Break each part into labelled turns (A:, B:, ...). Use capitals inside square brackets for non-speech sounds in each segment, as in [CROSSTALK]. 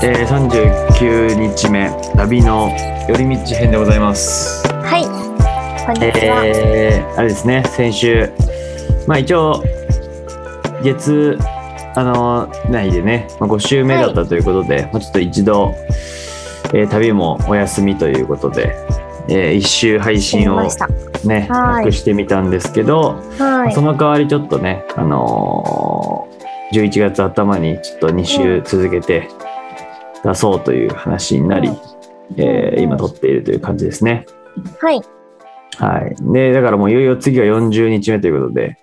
A: えー、39日目旅の寄り道編でございます
B: はい。こんにちは。
A: えー、あれですね先週まあ一応月あの内でね、まあ、5週目だったということで、まあちょっと一度、えー旅もお休みということで、え1週配信を
B: ました。
A: ね
B: は
A: な
B: い
A: くしてみたんですけど、
B: はい
A: そ。の代わりちょっとね、あのー11月頭にちょっと2週続けて出そうという話になり、
B: うん
A: えー今撮っているという感じですね。
B: はい。
A: はい。で、だからもういよいよ次は40日目ということで、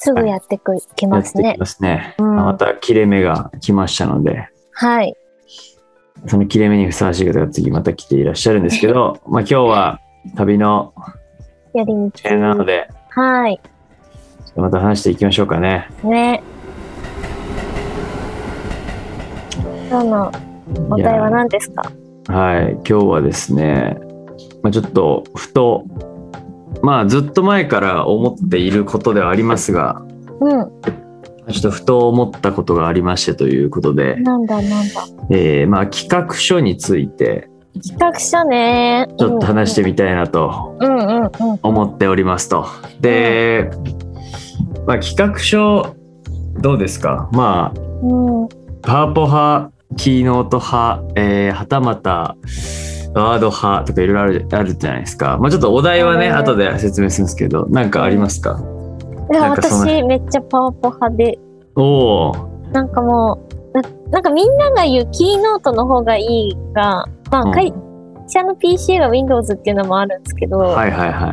B: すぐやってく、き
A: や
B: ま
A: っ
B: す
A: て
B: ね
A: き。ますね。
B: うん
A: また切れ目が来ましたので、
B: はい。
A: その切れ目にふさわしい方が次また来ていらっしゃるんですけ
B: [LAUGHS]
A: ど、まあ今日は旅の
B: やりに
A: 点なので、
B: はい。
A: ちょっとまた話していきましょうかね。
B: ね。今日のお題は
A: や
B: い何ですか
A: はい、今日はですね、まあ、ちょっとふと、まあ、ずっと前から思っていることではありますが、
B: うん。
A: ちょっとふと思ったことがありましてということで、
B: なんだなんだ。
A: えーまあ、企画書について
B: 企画書ね。
A: ちょっと話してみたいなと
B: うんうんうん。
A: 思っておりますと。で、まあ、企画書どうですかまあ
B: うん。うん
A: パワポ派キーノート派、えーはたまたワード派とかいろいろあるあるじゃないですか、まあ、ちょっとお題はね、
B: うん
A: 後で説明するんですけどなんかありますか、
B: いや、
A: なんかその
B: 私めっちゃパワポ派で、
A: おお
B: なんかもう、ななんかみんなが言うキーノートの方がいいが、まあ、
A: うん
B: 会社の PC が Windows っていうのもあるんですけど、
A: はいはいは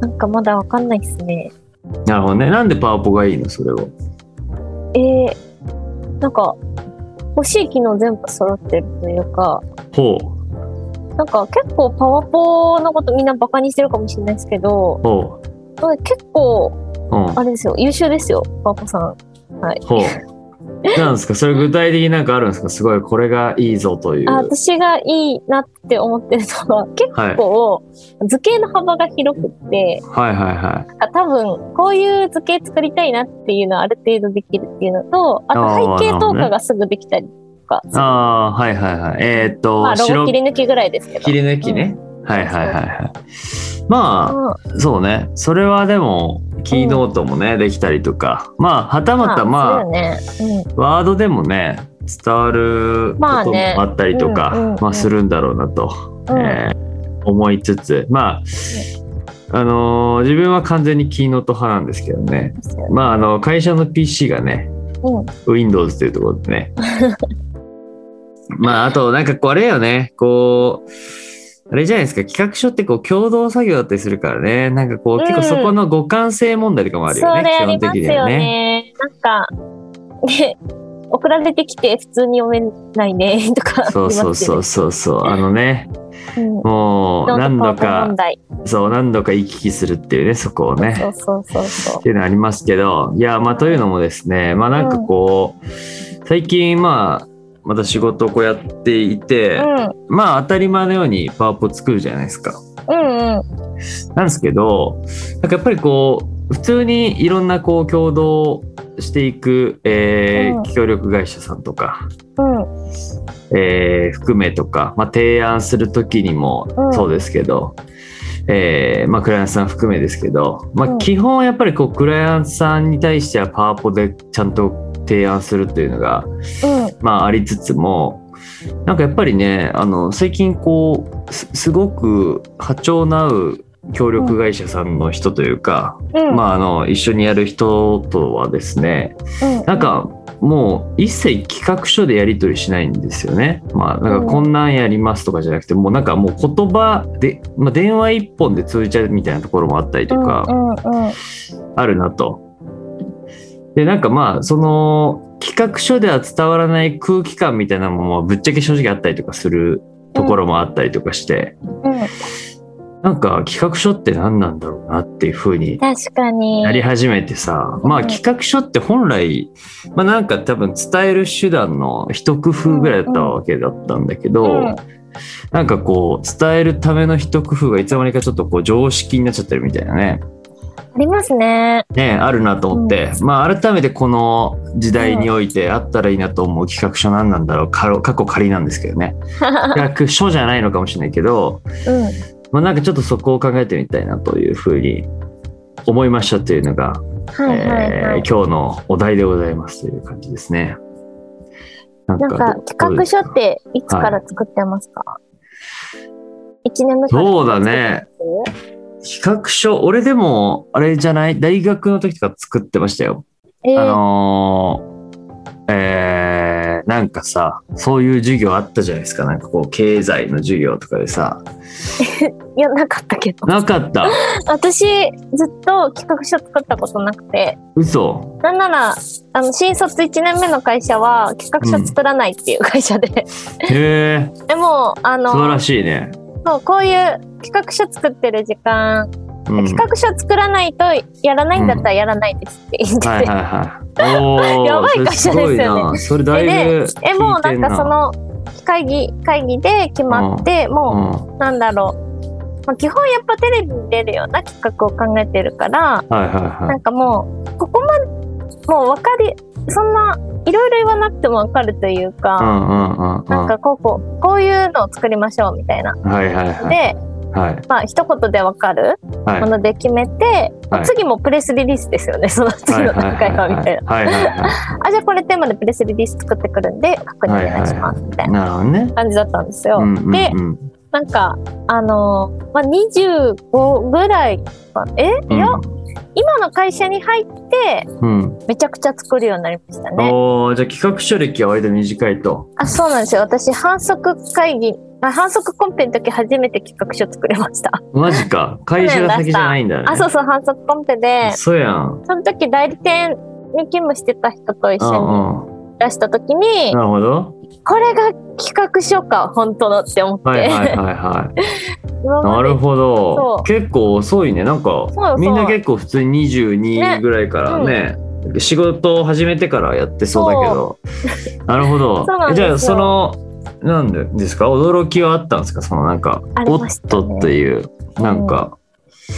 B: なんかまだわかんないですね。
A: いなるほどねなんでパワポがいいのそれを
B: えー、なんか欲しい機能全部揃ってるというか、
A: ほう
B: なんか結構パワポのことみんなバカにしてるかもしれないですけど、
A: ほ
B: なんか結構
A: ううん
B: あれですよ、優秀ですよ、パワポさん。はい。
A: ほう
B: [LAUGHS]
A: なんですかそれ具体的になんかあるんですかすごいこれがいいぞという
B: あ私がいいなって思ってるのは結
A: はい
B: 構図形の幅が広くって
A: はいはいは
B: あ多分こういう図形作りたいなっていうのはある程度できるっていうのとあ
A: あー
B: と背
A: なるほ
B: 景投
A: どね
B: 下がすぐできたりとか、
A: いああーはいはいはいえーっと、
B: まあロゴ
A: 白
B: 切り抜きぐらいですけど
A: 切り抜きね、はいはいはいはいまあ
B: うん
A: そうねそれはでもキーノートもね、できたりとかまあはたまたまあ、
B: あそうよね
A: ワードでもね伝わるこ
B: まあ
A: とも
B: ね
A: あったりとか、まあ
B: うんうんうん
A: するんだろうなと、
B: うんうん
A: えー思いつつまあ、あのー自分は完全にキーノート派なんですけどね
B: ですよね
A: まああの会社の PC がね
B: うん
A: Windows というところでね [LAUGHS] まああとなんかこうあれよねこうあれじゃないですか企画書ってこう共同作業だったりするからねなんかこう
B: うん
A: 結構そこの互換性問題とかもある
B: それ
A: よね、
B: あ
A: 基本
B: ります
A: 的に
B: よ
A: は
B: ね
A: ね。
B: なんかね送られてきて普通に読めないね [LAUGHS] とか
A: そうそうそうそうそうあのね
B: う、うん、
A: もう何度
B: ノートパワ
A: か
B: ポ問題
A: そう何度か行き来するっていうねそこをね
B: そうそうそうそう
A: っていうのありますけどいやまあというのもですねまあなんかこう最近まあまた仕事をこうやっていて、
B: う
A: まあ当たり前のようにパワポ作るじゃないですか。
B: んうんうん
A: なんですけどなんかやっぱりこう普通にいろんなこう共同していく、えー
B: うん
A: 協力会社さんとか、
B: うん
A: えー含めとか、まあ、提案する時にも
B: うん
A: そうですけど、えーまあ、クライアントさん含めですけど、ま
B: う
A: あ、
B: ん
A: 基本やっぱりこうクライアントさんに対してはパワポでちゃんと提案するっていうのが、
B: うん
A: まあ、ありつつもなんかやっぱりねあの最近こうすすごく波長の合う協力会社さんの人というか、
B: うん
A: まあ、あの一緒にやる人とはですね
B: うん
A: なんかもう一切企画書でやり取りしないんですよね。まあ、なんかこんなんやりますとかじゃなくてもうなんかもう言葉で、まあ、電話一本で通じちゃうみたいなところもあったりとか。
B: うんうんうん
A: あるなと。でなんかまあその企画書では伝わらない空気感みたいなものもぶっちゃけ正直あったりとかするところもあったりとかして、
B: うん
A: なんか企画書って何なんだろうなっていう風に
B: 確かに
A: なり始めてさ、まあ
B: うん
A: 企画書って本来まあなんか多分伝える手段の一工夫ぐらいだったわけだったんだけど、
B: うん
A: なんかこう伝えるための一工夫がいつの間にかちょっとこう常識になっちゃってるみたいなね。
B: ありますね。
A: ね、あるなと思って、まあ、改めてこの時代においてあったらいいなと思う企画書何なんだろうかろ過去仮なんですけど
B: [LAUGHS]
A: ね企画書じゃないのかもしれないけど、
B: うん。
A: まあ、なんかちょっとそこを考えてみたいなというふうに思いましたというのが、
B: はいはいはい。
A: えー今日のお題でございますという感じですね。なん
B: なんか
A: ど
B: 企画書っていつから作ってますか、一 ?1 年目から。
A: そうだね。企画書俺でもあれじゃない大学の時とか作ってましたよ。
B: えー、
A: あのーえーなんかさそういう授業あったじゃないですかなんかこう経済の授業とかでさ
B: いや、なかったけど。 [LAUGHS]
A: なかった
B: 私、ずっと企画書作ったことなくて、
A: 嘘
B: なんなら、あの、新卒1年目の会社は企画書作らないっていう会社で、
A: へえ
B: でも、あ
A: 素晴
B: の、
A: らしいね、
B: そう、こういう企画書作ってる時間、
A: うん、
B: 企画書作らないとやらないんだったらやらないですって言ってて、
A: はいはいはいおー
B: [LAUGHS] やばい会社ですよね
A: それすごいなそれだいぶ聞いて
B: えもうなんかそ
A: んな
B: の会議会議で決まって、もうなんだろう、まあ、基本やっぱテレビに出るような企画を考えてるから
A: うん、はいはいは
B: ないんかもうここまでもう分かりそんないろいろ言わなくても分かるという
A: う
B: か、
A: んうんうん
B: なんかこうこうこういうのを作りましょうみたいな。
A: うんはいはいはい
B: で、
A: はい
B: まあ一言で分かる
A: はい
B: もので決めて、
A: はい
B: 次もプレスリリースですよねその次の段階はみたいな。
A: はいはいはいは
B: あじゃあこれテーマでプレスリリース作ってくるんで確認お願いしますみたい
A: い
B: な
A: なるほどね
B: 感じだったんですよ。
A: うんうんうん
B: でなんか、あのーまあ、25ぐらいか、え、いや、今の会社に入って、
A: うん、うん
B: めちゃくちゃ作るようになりましたね。
A: おーじゃあ企画書歴は割と短いと。
B: あ、そうなんですよ。私、反則会議、あ反則コンペの時初めて企画書作れました。
A: マジか。会社が先じゃないんだね。
B: あ、そうそう、反則コンペで、
A: そうやん。
B: その時代理店に勤務してた人と一
A: う
B: 緒に
A: んうん。
B: 出した時に、
A: なるほど。
B: これが企画書か、本当のって思って。
A: はいはいはいはい。
B: 今ま
A: な
B: で
A: るほ
B: そ
A: ど
B: う。
A: 結構遅いね。なんか
B: うそう
A: みんな結構普通に22ぐらいからね。仕事を始めてからやってそうだけど。 [LAUGHS] なるほど
B: そう。なん
A: え
B: です
A: じ
B: よ
A: ゃあそのなんでですか驚きはあったんですかそのなんか、
B: あり
A: お
B: ま
A: っ
B: したね
A: とっていうなんか、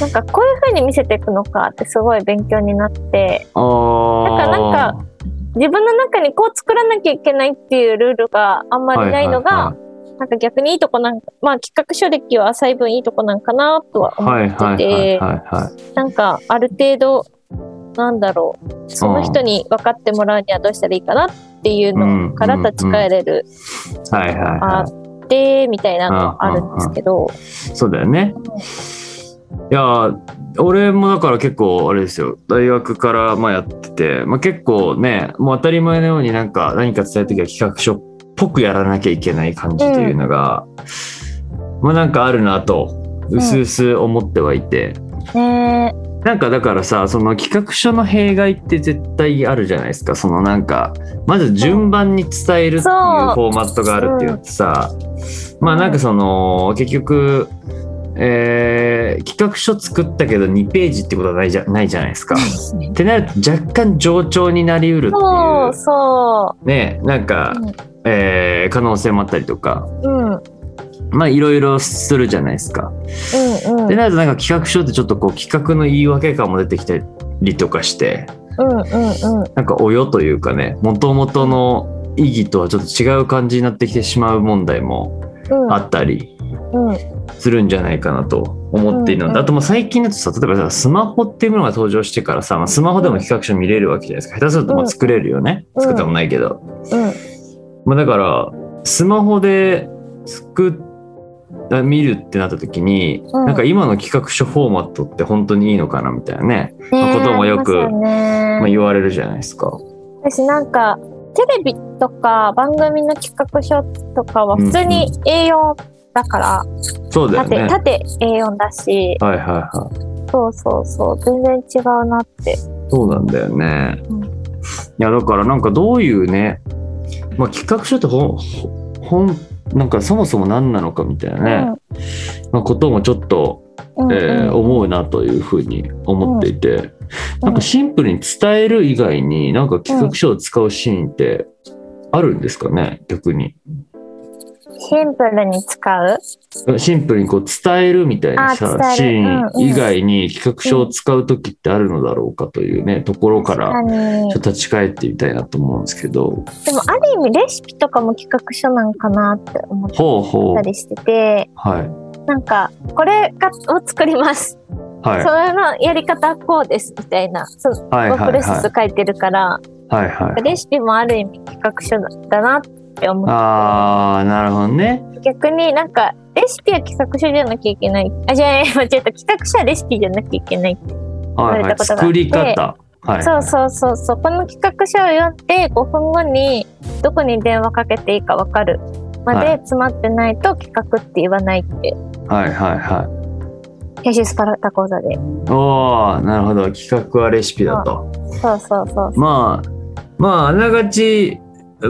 B: なんかこういう風に見せていくのかってすごい勉強になって、
A: ああ
B: なんかなん
A: か
B: 自分の中にこう作らなきゃいけないっていうルールがあんまりないのが、なんか逆にいいとこなんか、まあ企画書歴は浅い分いいとこなんかなとは思
A: はいは
B: っ
A: い
B: てて、
A: はいはいはい。
B: なんかある程度、なんだろう、その人に分かってもらうにはどうしたらいいかなっていうのから立ち返れる、
A: はいはい
B: あ
A: は
B: って、みたいなのがあるんですけど、
A: い。そうだよね。いや俺もだから結構あれですよ大学からまあやってて、まあ、結構ねもう当たり前のようになんか何か伝える時は企画書っぽくやらなきゃいけない感じというのが、まあなんかあるなとうすうす思ってはいて、
B: ね
A: なんかだからさその企画書の弊害って絶対あるじゃないですかそのなんかまず順番に伝えるっていうフ
B: そう
A: ォーマットがあるっていうのってさ、まあなんかその結局、えー企画書作ったけど2ページってことはないじゃないじゃないですか。っ
B: え。
A: てなると若干冗長になりうるってい
B: そううそ
A: ねなんか、
B: うん
A: えー可能性もあったりとか
B: う。うん。うん
A: まあいろいろするじゃないですか。
B: うん。
A: でなるとなんか企画書ってちょっとこう企画の言い訳感も出てきたりとかして
B: うんうんうん。
A: なんかおよというかねもともとの意義とはちょっと違う感じになってきてしまう問題も
B: うん
A: あったり
B: うん。
A: するんじゃないかなと思っているので、
B: うんうん
A: あともう最近だとさ例えばさスマホっていうものが登場してからさ、まあ、スマホでも企画書見れるわけじゃないですか下手するとまあ作れるよね、
B: うん
A: 作ったことないけど、
B: うん。
A: まあ、だからスマホで作っ見るってなった時に、
B: うん
A: なんか今の企画書フォーマットって本当にいいのかなみたいなね、
B: ねえ
A: こともよく
B: ありますよね
A: まあ、言われるじゃないですか。
B: 私なんかテレビとか番組の企画書とかは普通に A4 だから、
A: そうだよね。
B: 縦
A: はい
B: 縦 A4 だし
A: はいはい。
B: そうそうそう全然違うなって
A: そうなんだよね。
B: うん
A: いやだからなんかどういうね、まあ、企画書ってほんほんなんかそもそも何なのかみたいなね、まあ、こともちょっと、
B: うんうん
A: えー
B: うん
A: 思うなというふうに思っていて、なんかシンプルに伝える以外になんか企画書を使うシーンってあるんですかね逆に。
B: シンプルに使う
A: シンプルにこう伝えるみたいなさ
B: あ
A: シ
B: 伝えるうんうん
A: ーン以外に企画書を使う時ってあるのだろうかというね、ところから
B: 確かに
A: ちょっと立ち返ってみたいなと思うんですけど。
B: でもある意味レシピとかも企画書なんかなって思っ
A: ほうほう
B: た。りしてて
A: はい。
B: なんかこれがを作ります、
A: はい。
B: それのやり方はこうですみたいなその
A: はい。は
B: プ
A: い。
B: ロセス
A: は
B: 書いてるから、
A: い。はい。はい。
B: レシピもある意味企画書だなって思って
A: あー、なるほどね。
B: 逆になんかレシピは企画書じゃなきゃいけないあじゃあ [LAUGHS] 間違えた企画書はレシピじゃなきゃいけない、
A: はい。
B: 言わ
A: は
B: れ
A: い。
B: たことがあって
A: 作り方。はい。
B: そうそうそうそうこの企画書を読んで5分後にどこに電話かけていいか分かるまで
A: はい
B: 詰まってないと企画って言わないって
A: はい。はい。は
B: 編集スパラタ講座で
A: い。おー、なるほど。企画はレシピだと。
B: そうそうそう
A: まあ、まあ、あながち、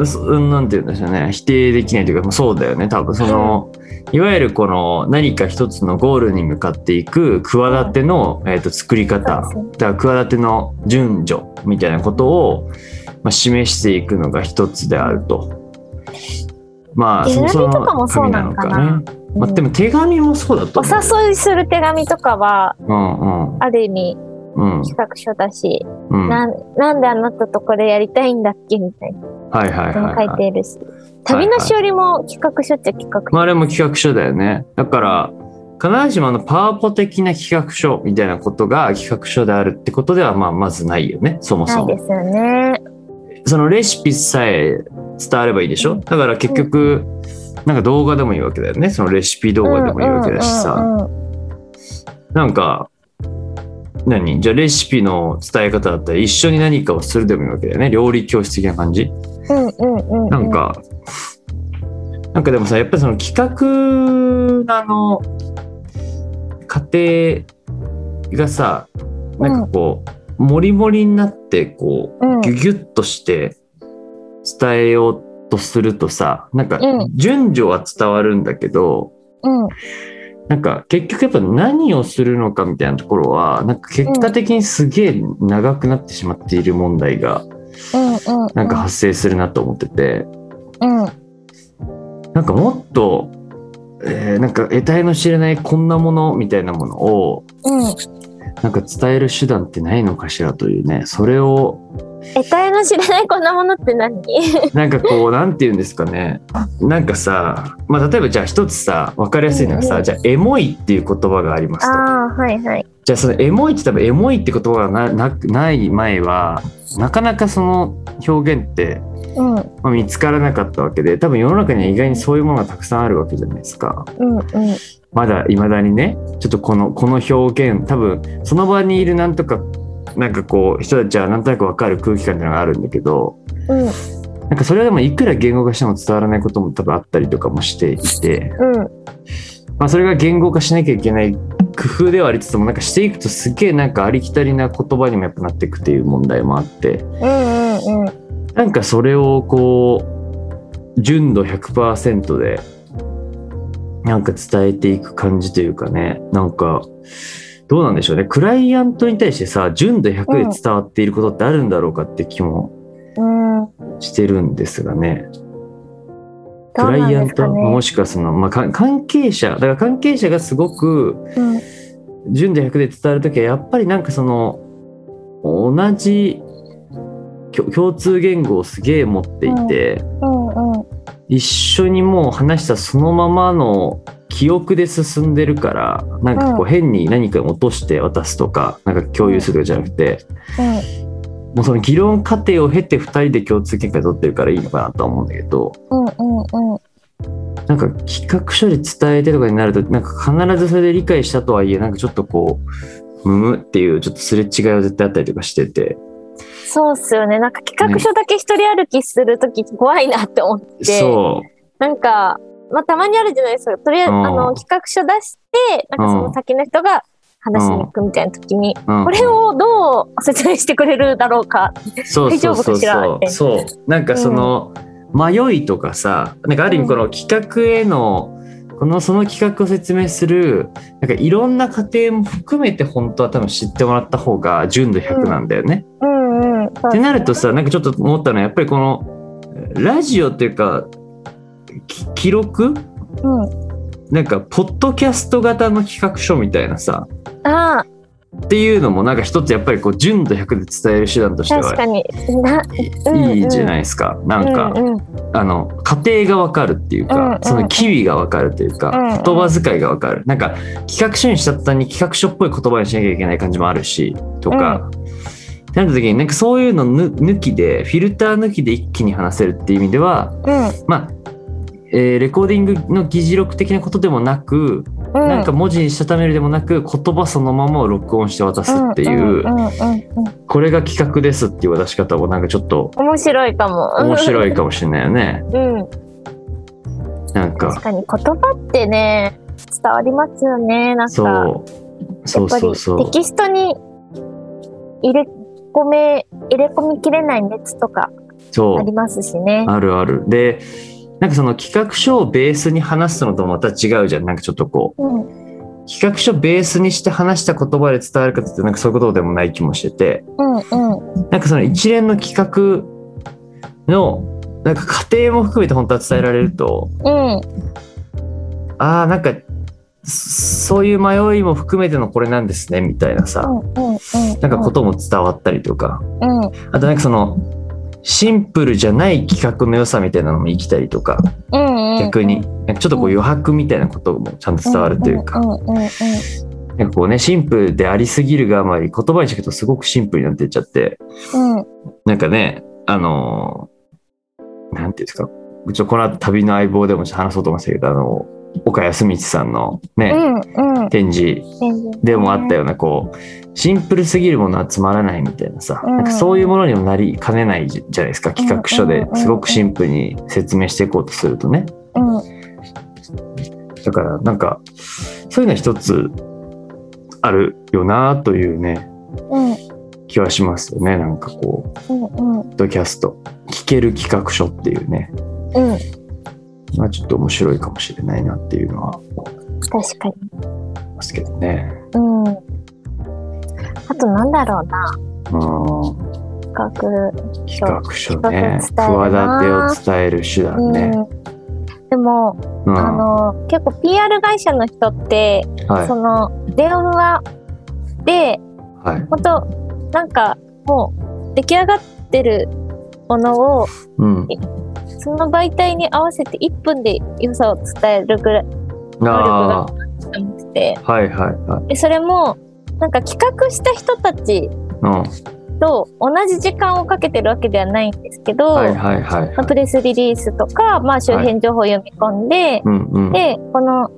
A: そなんて言うんでしょうね。否定できないというか、まあそうだよね。多分、その、いわゆるこの何か一つのゴールに向かっていく企ての、えー、と作り方。
B: そうですね
A: だから企ての順序みたいなことを、まあ、示していくのが一つであると。まあ、
B: 手紙
A: その
B: とかもそうなのかな
A: 紙のねまあ、でも手紙もそうだと
B: お
A: 思う。
B: 誘いする手紙とかは
A: うん
B: ある意味
A: うんうん
B: 企画書だし、
A: うん。は
B: なんなんであなたとこれやりたいんだっけみたいない
A: はいはい、
B: 書
A: はい
B: い。ているし、旅のしおりも企画書っちゃ企画書、
A: まあ、あれも企画書だよね。だから、必ずしもあのパワポ的な企画書みたいなことが企画書であるってことでは、まあ、まずないよね、そもそ
B: ない
A: も。
B: ですよね。
A: そのレシピさえ伝わればいいでしょだから結局、なんか動画でもいいわけだよね。そのレシピ動画でもいいわけだし
B: う
A: さ。
B: んうんうん
A: なんか、何じゃあレシピの伝え方だったら一緒に何かをするでもいいわけだよね。料理教室的な感じ。
B: うんうんうんうん
A: なんか、なんかでもさ、やっぱりその企画のあの、過程がさ、なんかこう、もりもりになって、こ
B: うん
A: う、ギュギュッとして伝えようとするとさ、なんか
B: うん、
A: 順序は伝わるんだけど、
B: うん
A: なんか結局やっぱ何をするのかみたいなところは、なんか結果的にすげえ長くなってしまっている問題が、
B: うんうん
A: なんか発生するなと思ってて、
B: うんうん
A: なんかもっと、えーなんか得体の知れないこんなものみたいなものをなんか伝える手段ってないのかしらというねそれを
B: 得体の知れないこんなものって何？ [LAUGHS]
A: なんかこうなんて言うんですかねなんかさ、まあ、例えばじゃあ一つさ分かりやすいのが
B: うんう
A: さ
B: ん
A: じゃあエモいっていう言葉がありま
B: あ
A: すと
B: あはいはい。
A: じゃあそのエモいって多分エモいって言葉がななない前はなかなかその表現って、
B: うん
A: まあ見つからなかったわけで多分世の中には意外にそういうものがたくさんあるわけじゃないですか。
B: うんうん
A: まだ未だにねちょっとこのこの表現多分その場にいるなんとかなんかこう人たちはなんとなくわかる空気感っていうのがあるんだけど
B: う
A: な
B: ん
A: んかそれはでもいくら言語化しても伝わらないことも多分あったりとかもしていて、
B: うん
A: まあ、それが言語化しなきゃいけない工夫ではありつつもなんかしていくとすげえなんかありきたりな言葉にもやっぱなっていくっていう問題もあって
B: うんうんうん
A: なんかそれをこう純度100%でなんか伝えていく感じというかねなんかどうなんでしょうねクライアントに対してさ純度100で伝わっていることってあるんだろうかって気も
B: うん。
A: してるんですがね、
B: ど
A: ク
B: う
A: ラ
B: なん
A: イアン
B: です
A: ト
B: かね。
A: もしくはその、まあ、か関係者だから関係者がすごく
B: うん
A: 純度100で伝わる時はやっぱりなんかその同じきょ共通言語をすげえ持っていて。
B: うんうん
A: 一緒にもう話したそのままの記憶で進んでるからなんかこう
B: う
A: 変に何か落として渡すとかなんか共有するとかじゃなくてもうその議論過程を経て2人で共通見解取ってるからいいのかなとは思うんだけど
B: うんうんうん
A: なんか企画書で伝えてとかになるとなんか必ずそれで理解したとはいえなんかちょっとこうむむっていうちょっとすれ違いは絶対あったりとかしてて
B: そうっすよね。なんか企画書だけ一人歩きするとき怖いなって思って。
A: そう
B: なんか、まあ、たまにあるじゃないですか。とりあえず、あ
A: うん
B: の、企画書出して、なんかその先の人が話しに行くみたいな時に、
A: うん
B: これをどう説明してくれるだろうか。
A: そうそうそう
B: 大丈夫かしら
A: そ
B: っ
A: う
B: て
A: そうなんかその迷いとかさなんかある意味この企画へのこのその企画を説明するなんかいろんな過程も含めて本当は多分知ってもらった方が純度100なんだよね。
B: うんうん。そう
A: ってなるとさなんかちょっと思ったのはやっぱりこのラジオっていうかき記録
B: う
A: なんかポッドキャスト型の企画書みたいなさ
B: ん。ああ、
A: っていうのもなんか一つやっぱりこう純度100で伝える手段として
B: 確か
A: は
B: に。な、
A: いい
B: うん
A: いいじゃないですか、なんか、
B: うんうん、
A: あの家庭がわかるっていうか、
B: うんうん
A: その機微がわかるというか、
B: うんうん
A: 言葉遣いがわかるなんか企画書にした途端に企画書っぽい言葉にしなきゃいけない感じもあるしとか、ってなった時になんかそういうのぬ抜きでフィルター抜きで一気に話せるっていう意味では
B: うん、
A: まあえーレコーディングの議事録的なことでもなく、
B: うん。
A: なんか文字にしたためるでもなく言葉そのままを録音して渡すっていう,、
B: うんうんうんうん
A: これが企画ですっていう渡し方もなんかちょっと
B: 面白いかも。
A: 面白
B: い。
A: いかもしれないよね。
B: [LAUGHS] うん。
A: なんか
B: 確かに言葉ってね、伝わりますよね。なんか、
A: そう。
B: や
A: そ
B: っ
A: う
B: ぱり
A: そうそう
B: テ。キストに入れ込め、入れ込みきれない熱とか
A: そ
B: あり
A: う。
B: ますしね。
A: あるある。で、なんかその企画書をベースに話すのとまた違うじゃん。なんかちょっとこ
B: うん、
A: う、企画書ベースにして話した言葉で伝わるかって言ったらなんかそういうことでもない気もしてて、
B: うん、うん。
A: なんかその一連の企画の、なんか過程も含めて本当は伝えられると、
B: うん、
A: ああ、なんか、そそういう迷いも含めてのこれなんですね、みたいな
B: う
A: さ、
B: ん、うん、うん。
A: なんかことも伝わったりとか、
B: うん、うん、
A: あとなんかその、シンプルじゃない企画の良さみたいなのも生きたりとか、
B: うん。
A: 逆に、なんかちょっとこう余白みたいなこともちゃんと伝わるというか
B: うん、、うん、うん。うん
A: なんかこうね、シンプルでありすぎるがあまり、言葉にしていくとすごくシンプルになっていっちゃって、
B: うん
A: なんかね、あのーなんていうんですか、うちのこの後旅の相棒でもちょっと話そうと思いましたけど、あの、岡安光さんのね、
B: うん、うん。
A: 展示でもあったような、こう、シンプルすぎるものはつまらないみたいなさ、
B: うん
A: なんかそういうものにもなりかねないじゃないですか、企画書
B: うん
A: で
B: うんうん
A: すごくシンプルに説明していこうとするとね。
B: うん、
A: だからなんかそういうのは一つあるよなというね
B: うん、
A: 気はしますよねなんかこう
B: うん、うん
A: ポッドキャスト聞ける企画書っていうね、
B: うん。
A: まあ、ちょっと面白いかもしれないなっていうのは思い
B: 確かに。
A: ますけどね。
B: うん。あとなんだろうな、
A: うん、
B: 企
A: 企画書ね
B: 企画伝えるな
A: 企てを伝える手
B: 画。
A: 段
B: うん。
A: ね。
B: でも、
A: うん
B: あの、結構 PR 会社の人って、
A: はい
B: その、電話で、
A: はい
B: 本当なんか、もう、出来上がってるものを、
A: うん
B: その媒体に合わせて1分で良さを伝えるぐらい
A: あ
B: しかなくて、
A: ーはいはいはい
B: で、それも、なんか企画した人たち
A: うん
B: と同じ時間をかけてるわけではないんですけど、
A: はいはいはい
B: まあ
A: は
B: プ
A: い
B: レスリリースとか、まあ、周辺情報を読み込んで、
A: うんうん
B: で、この、あ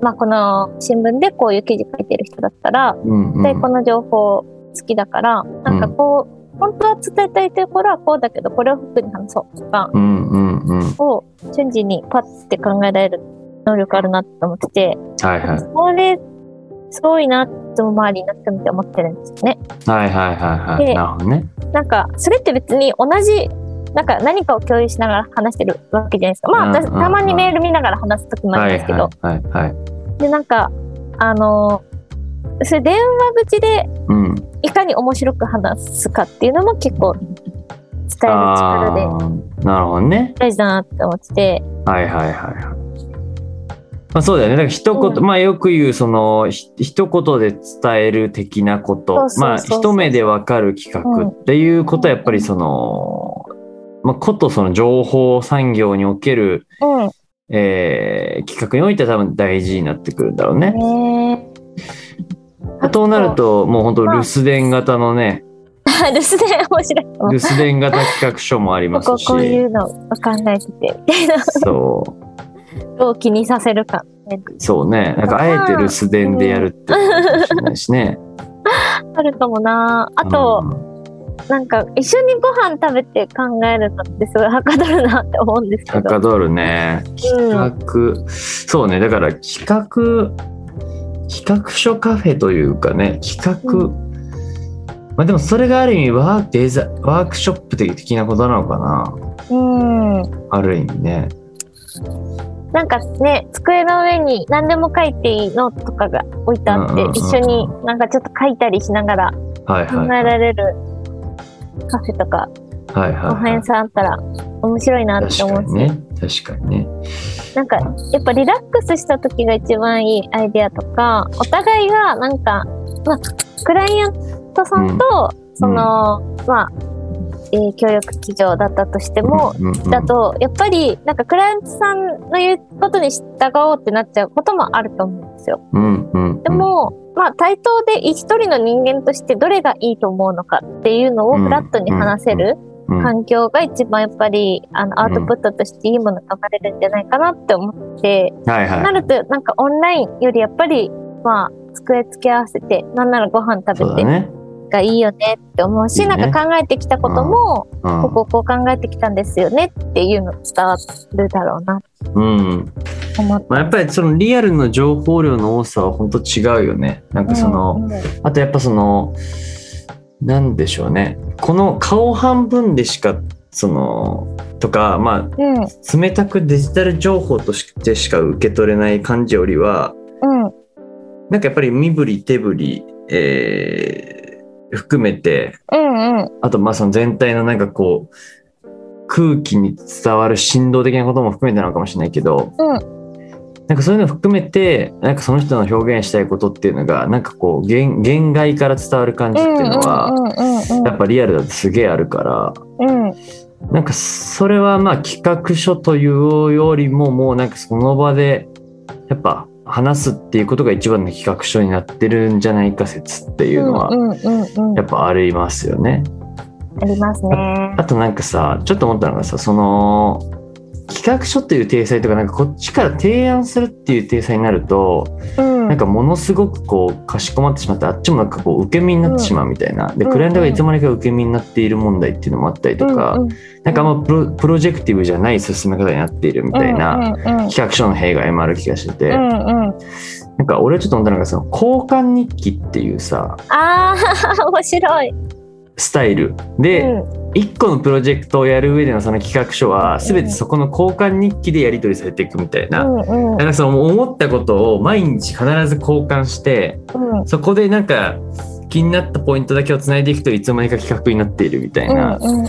B: まあ、この新聞でこういう記事書いてる人だったら、
A: うんうん
B: で、この情報好きだから、なんかこう、本当は伝えたいところはこうだけど、これを服に話そうとか
A: うんうんうん
B: を瞬時にパッて考えられる能力あるなって思ってて、
A: はいはい
B: それ、すごいなって周りになってみて思ってるんですよね。
A: はいはいはいはい
B: で
A: なるほどね。
B: なんか、それって別に同じ、なんか何かを共有しながら話してるわけじゃないですか。まあ、
A: うん
B: 私
A: うんうん
B: たまにメール見ながら話すときもあ
A: は
B: るん
A: い
B: ですけど。
A: はいはいはい。
B: で、なんか、あのーそれ電話口で
A: うん。
B: いかに面白く話すかっていうのも結構伝える力で
A: あーなるほどね。
B: 大事だなって思ってて。
A: はいはいはいはい。まあそうだよね。だから一言、
B: うん
A: まあよく言う、その、ひ一言で伝える的なこと、
B: そうそう
A: まあ
B: そうそう
A: 一目でわかる企画っていうことはやっぱりその、まあことその情報産業における、
B: うん。ね
A: えー企画においては多分大事になってくるんだろうね。
B: え
A: となる。と、もう本当留守電型のね、
B: あ、ですね、面白い。こ
A: 留守電型企画書もあります
B: こ
A: し。
B: こういうのを考えてて、
A: そう。
B: どう気にさせるか。
A: そうね。なんか、あえて留守電でやるっていうのもかもしれないしね。
B: あるかもなあと、なんか一緒にご飯食べて考えるのってすごいはかどるなって思うんです
A: う
B: け
A: ん、は
B: ど
A: か。どるね。企画、そうね。だから、企画、企画書カフェというかね、企画、
B: う
A: まあでもそれがある意味ワーデザワークショップ的なことなのかな
B: うん。
A: ある意味ね
B: なんかね、机の上に何でも書いていいノートとかが置いてあっ
A: うんうん
B: て
A: うんうん、
B: 一緒になんかちょっと書いたりしながら
A: はい
B: 考
A: は
B: え
A: いはい
B: られるカフェとか、
A: はい
B: おは
A: はい
B: やさんあったら面白いなって
A: 確
B: 思
A: か
B: うし。
A: にね確かにね。
B: なんかやっぱリラックスした時が一番いいアイデアとかお互いがなんか、まあ、クライアントさんと、その、まあ、えー協力企業だったとしても、
A: うんうんうん
B: だとやっぱりなんかクライアントさんの言うことに従おうってなっちゃうこともあると思うんですよ。
A: うんうんうん、
B: でも、まあ対等で一人の人間としてどれがいいと思うのかっていうのをフラットに話せる
A: うん、
B: 環境が一番やっぱりあのアウトプットとしていいものが生まれるんじゃないかなって思って、
A: はいはい
B: なるとなんかオンラインよりやっぱりまあ机付け合わせてなんならご飯
A: そ
B: 食
A: う
B: べ
A: だ
B: て
A: ね、
B: がいいよねって思うし
A: いいね
B: なんか考えてきたことも、
A: うん、
B: こここう考えてきたんですよねっていうの伝わるだろうなと
A: うん、
B: 思って。
A: まあ、やっぱりそのリアルの情報量の多さは本当違うよねなんかその、
B: うん
A: あとやっぱそのなんでしょうねこの顔半分でしかそのとかま
B: うんうん
A: あ冷たくデジタル情報としてしか受け取れない感じよりは
B: うん
A: なんかやっぱり身振り手振り、えー含めて
B: うんうん
A: あとまあその全体のなんかこう空気に伝わる振動的なことも含めてなのかもしれないけど、
B: うん
A: なんかそういうの含めてなんかその人の表現したいことっていうのがなんかこう限限界から伝わる感じっていうのは、やっぱリアルだとすげえあるから
B: うん
A: なんかそれはまあ企画書というよりももうなんかその場でやっぱ話すっていうことが一番の企画書になってるんじゃないか説っていうのは
B: うんうんうん、
A: やっぱありますよね。
B: ありますね。
A: あとなんかさちょっと思ったのがさその企画書っていう体裁とかなんかこっちから提案するっていう体裁になると、
B: うん、
A: なんかものすごくこうかしこまってしまってあっちもなんかこう受け身になってしまうみたいな、で
B: うん
A: クライアントがいつまでか受け身になっている問題っていうのもあったりとか、
B: うんうん
A: なんかあんまプロプロジェクティブじゃない進め方になっているみたいな
B: うんうんうん
A: 企画書の弊害もある気がしてて、
B: うんうん、
A: なんか俺はちょっと思ったのがその交換日記っていうさ
B: ああ面白い。
A: スタイルで、
B: うん
A: 一個のプロジェクトをやる上でのその企画書は全てそこの交換日記でやり取りされていくみたいな。
B: うんうん
A: なんかその思ったことを毎日必ず交換して
B: うん
A: そこでなんか気になったポイントだけをつないでいくといつの間にか企画になっているみたいな、
B: うんうん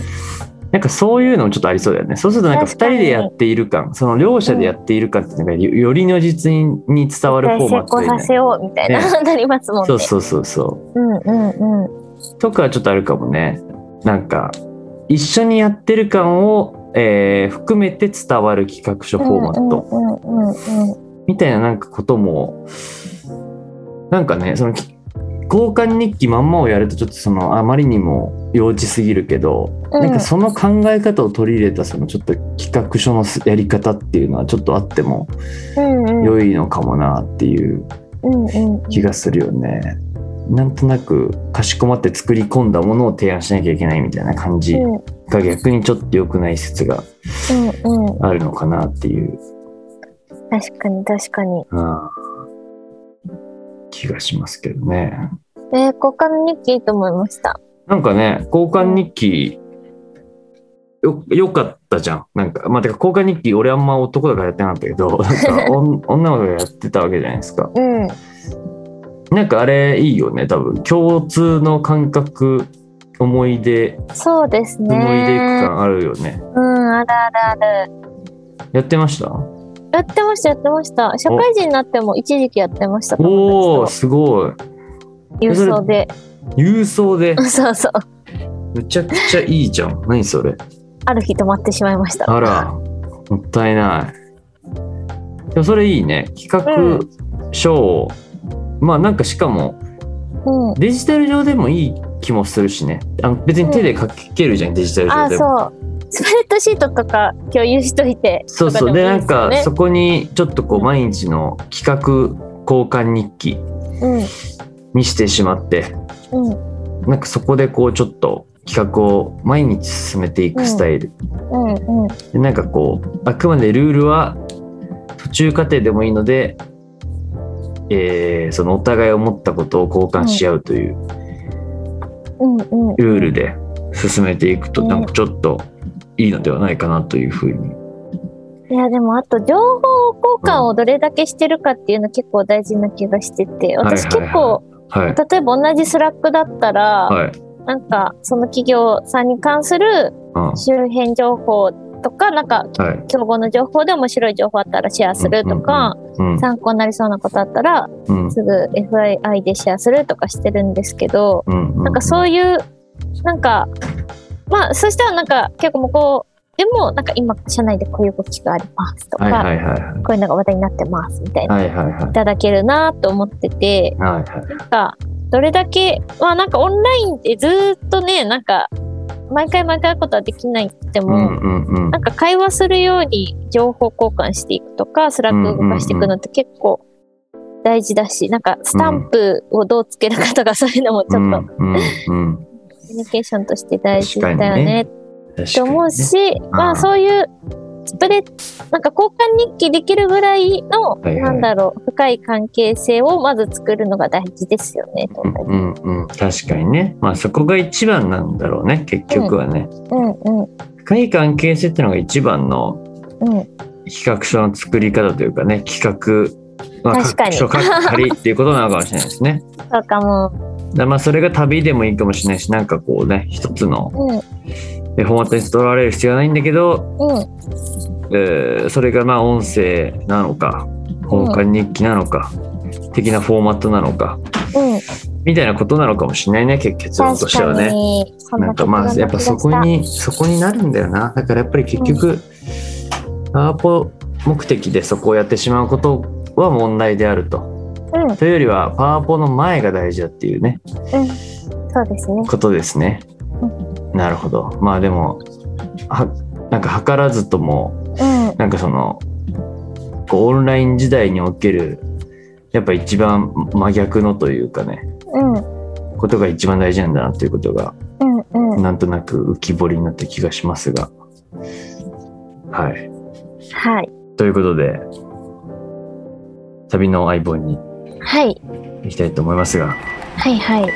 A: なんかそういうのもちょっとありそうだよねそうするとなんか2
B: 確か
A: 人
B: に
A: でやっている感その両者でやっている感っていうのがよより如実に伝わるフォーマ
B: 成
A: ット
B: 功
A: で、
B: させようみたいな、なりますもんね。
A: そうそうそうそう
B: うんうんうん
A: とかはちょっとあるかもねなんか一緒にやってる感を、えー含めて伝わる企画書フォーマット、
B: うんうんうんうん
A: みたいななんかこともなんかねそのき交換日記まんまをやるとちょっとそのあまりにも幼稚すぎるけど、
B: うん
A: なんかその考え方を取り入れたそのちょっと企画書のすやり方っていうのはちょっとあっても
B: うんうん
A: 良いのかもなっていう
B: うんうん
A: 気がするよね。なんとなくかしこまって作り込んだものを提案しなきゃいけないみたいな感じ
B: うん
A: が逆にちょっと良くない説が
B: うんうん
A: あるのかなっていう、
B: 確かに確かに。
A: うん気がしますけどね。
B: えー、交換日記いいと思いました。
A: なんかね、交換日記、よ、よかったじゃん。なんか、まあ、てか交換日記、俺あんま男だからやってなかったけど、なんか、おん女の子がやってたわけじゃないですか。
B: うん
A: なんかあれいいよね、多分。共通の感覚、思い出、
B: そうです
A: 思
B: ね。
A: い出感あるよね。
B: うんあるあるある。
A: やってました
B: やってましたやってました社会人になっても一時期やってました
A: お
B: 友
A: お
B: 達
A: すごい。
B: と郵送で
A: 郵送で、
B: そうそう
A: むちゃくちゃいいじゃん。何それ。
B: ある日止まってしまいました
A: あら、もったいない。でもそれいいね。企画書を、まあなんかしかも
B: うん
A: デジタル上でもいい気もするしね。あの別に手で書けるじゃん、デジタル上
B: あ
A: でも。
B: そうスプレッドシートとか共有しといて
A: そうそう。
B: と
A: で、
B: も
A: ない
B: い
A: ん
B: すよ
A: か
B: ね
A: そこにちょっとこう
B: うん
A: 毎日の企画交換日記にしてしまって、
B: うんうん
A: なんかそこでこうちょっと企画を毎日進めていくスタイル。
B: うんうん
A: でなんかこうあくまでルールは途中過程でもいいので、えーそのお互い思ったことを交換し合うという
B: うんうん
A: ルールで進めていくと
B: うん
A: なんかちょっといいのではないかなというふうに。
B: いやでもあと情報交換をどれだけしてるかっていうの結構大事な気がしてて私
A: はいはいはい
B: 結構
A: はい、
B: 例えば同じスラックだったら
A: はい
B: なんかその企業さんに関する
A: うん
B: 周辺情報とか、なんか、
A: はい。
B: 競合の情報で面白い情報あったらシェアするとか、
A: うん。
B: 参考になりそうなことあったら、
A: うん。
B: すぐ FII でシェアするとかしてるんですけど、
A: うん。
B: なんか
A: う
B: そういう、なんか、まあ、そしたらなんか結構向こうでも、なんか今、社内でこういう動きがありますとか、
A: はいはいはいはい。
B: こういうのが話題になってますみたいな、
A: はいはいはい
B: い、ただけるなと思ってて、
A: はいはい。
B: なんか、どれだけ、まあなんかオンラインってずーっとね、なんか、毎回毎回会うことはできないで
A: う
B: も、
A: んうんうん
B: なんか会話するように情報交換していくとか、スラック動かしていくのって結構大事だし、なんかスタンプをどうつけるかとかそういうのもち
A: う
B: ょ
A: ん
B: っと
A: うんうん
B: コミュニケーションとして大事だよ
A: 確かにね
B: ねって思うし、ま
A: うん
B: あそういうスプレなんか交換日記できるぐらい
A: は
B: の、
A: いはい
B: なんだろう、深い関係性をまず作るのが大事ですよね、と
A: 確かにねうんうんうん確かにねまあそこが一番なんだろうね結局はね、
B: うんうん
A: 深い関係性ってのが一番の
B: うん。
A: 企画書の作り方というかね企画まあ、
B: 確かに
A: 書書ったりっていうことなのかもしれないですね。 [LAUGHS]
B: そうかも。
A: だまあそれが旅でもいいかもしれないしなんかこうね一つの
B: うん
A: えフォーマットにとらわれる必要はないんだけど
B: うん
A: えーそれがまあ音声なのか交換日記なのか、的なフォーマットなのか
B: うん。
A: みたいなことなのかもしれないね結結論と
B: 確
A: しては
B: か
A: ね。
B: に。そ
A: なんかまあやっぱそこ
B: に
A: にそこになるんだよなだからやっぱり結局、パワポ目的でそこをやってしまうことは問題であると。
B: うん、
A: というよりはパワポの前が大事だっていうね
B: そうですね。
A: ことですね。なるほどまあでもはなんか図らずとも
B: うん、
A: なんかそのこうオンライン時代におけるやっぱ一番真逆のというかね
B: うん、
A: ことが一番大事なんだなということが
B: うん、うん。
A: なんとなく浮き彫りになった気がしますがはい
B: はい。
A: ということで旅の相棒に
B: はい。
A: 行きたいと思いますが
B: はい、はい。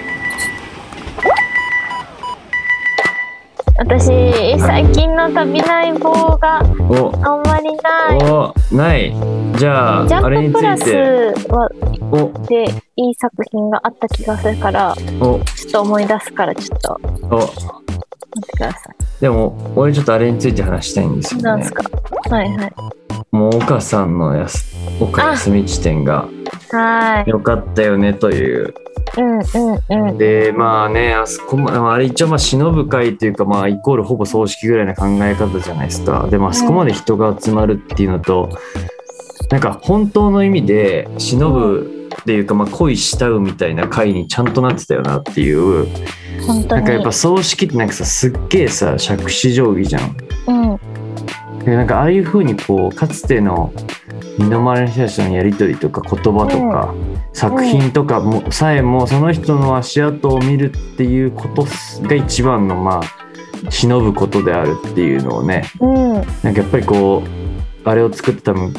B: 私、最近の旅内棒が
A: お
B: あんまりない。
A: おないじゃ
B: ジ
A: ああ
B: ャ
A: れ
B: ン
A: に
B: プ
A: つ
B: プラ
A: い
B: ス
A: て
B: は
A: お
B: でいい作品があった気がするから、
A: お
B: ちょっと思い出すから、ちょっと待
A: お
B: ってくださ
A: でも俺ちょっとあれについて話したいんです
B: い。
A: よ
B: なん
A: ね
B: すか。はい、はい。
A: もう岡さんのやす岡休み地点が
B: は
A: よかったよねという。
B: い。うん、うん、うん。
A: で、まあね、あそこまで、まあ、あれ一応、まあ、忍ぶ会というか、まあ、イコールほぼ葬式ぐらいな考え方じゃないですか。で、まあ、あそこまで人が集まるっていうのと、なんか、本当の意味で、忍ぶっていうか、まあ、恋したうみたいな会にちゃんとなってたよなっていう。
B: 本当
A: なんか、やっ
B: に
A: ぱ。葬式ってなんかさ、すっげえさ、杓子定規じゃん。
B: うん、うん、
A: でなんか、ああいう風に、こう、かつての、身の回りの人たちとのやり取りとか言葉とか、作品とかも、さえもその人の足跡を見るっていうことが一番のまあ忍ぶことであるっていうのをね
B: うん、
A: なんかやっぱりこうあれを作った多分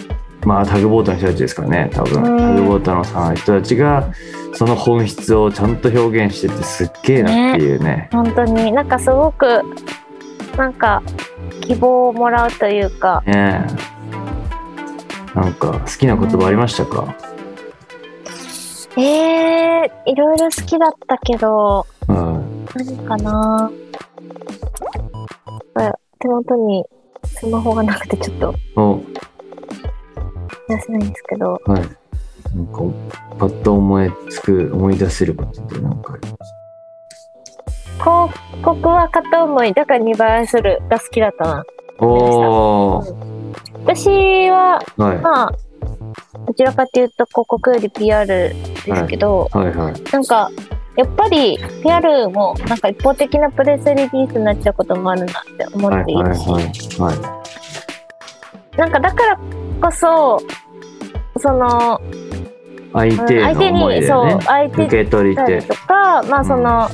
A: まあタグボートの人たちですからね多分、
B: うん
A: タグボートのさん人たちがその本質をちゃんと表現しててすっげえなっていうね
B: 本当になんかすごくなんか希望をもらうというか
A: ねえなんか好きな言葉ありましたか、
B: えー、いろいろ好きだったけど
A: うん、
B: 何かなあ手元にスマホがなくてちょっと
A: お
B: 出せないんですけど
A: はい。なんか、パッと思いつく、思い出せることってなんかあります
B: 広告は片思いだから2倍するが好きだったな
A: おー、
B: 私は
A: はい。
B: まあどちらかというと広告より PR ですけど、
A: はいはい。
B: なんか、やっぱり PR もなんか一方的なプレスリリースになっちゃうこともあるなって思
A: はい
B: ってい
A: はいは
B: る
A: い
B: し、
A: は
B: なんかだからこそ、その、
A: い。
B: うん
A: 相手へ
B: 相手
A: の思い
B: に、
A: で
B: そう
A: ね、。
B: 相手
A: 受け取り
B: だったり
A: 手。
B: とか、まあその、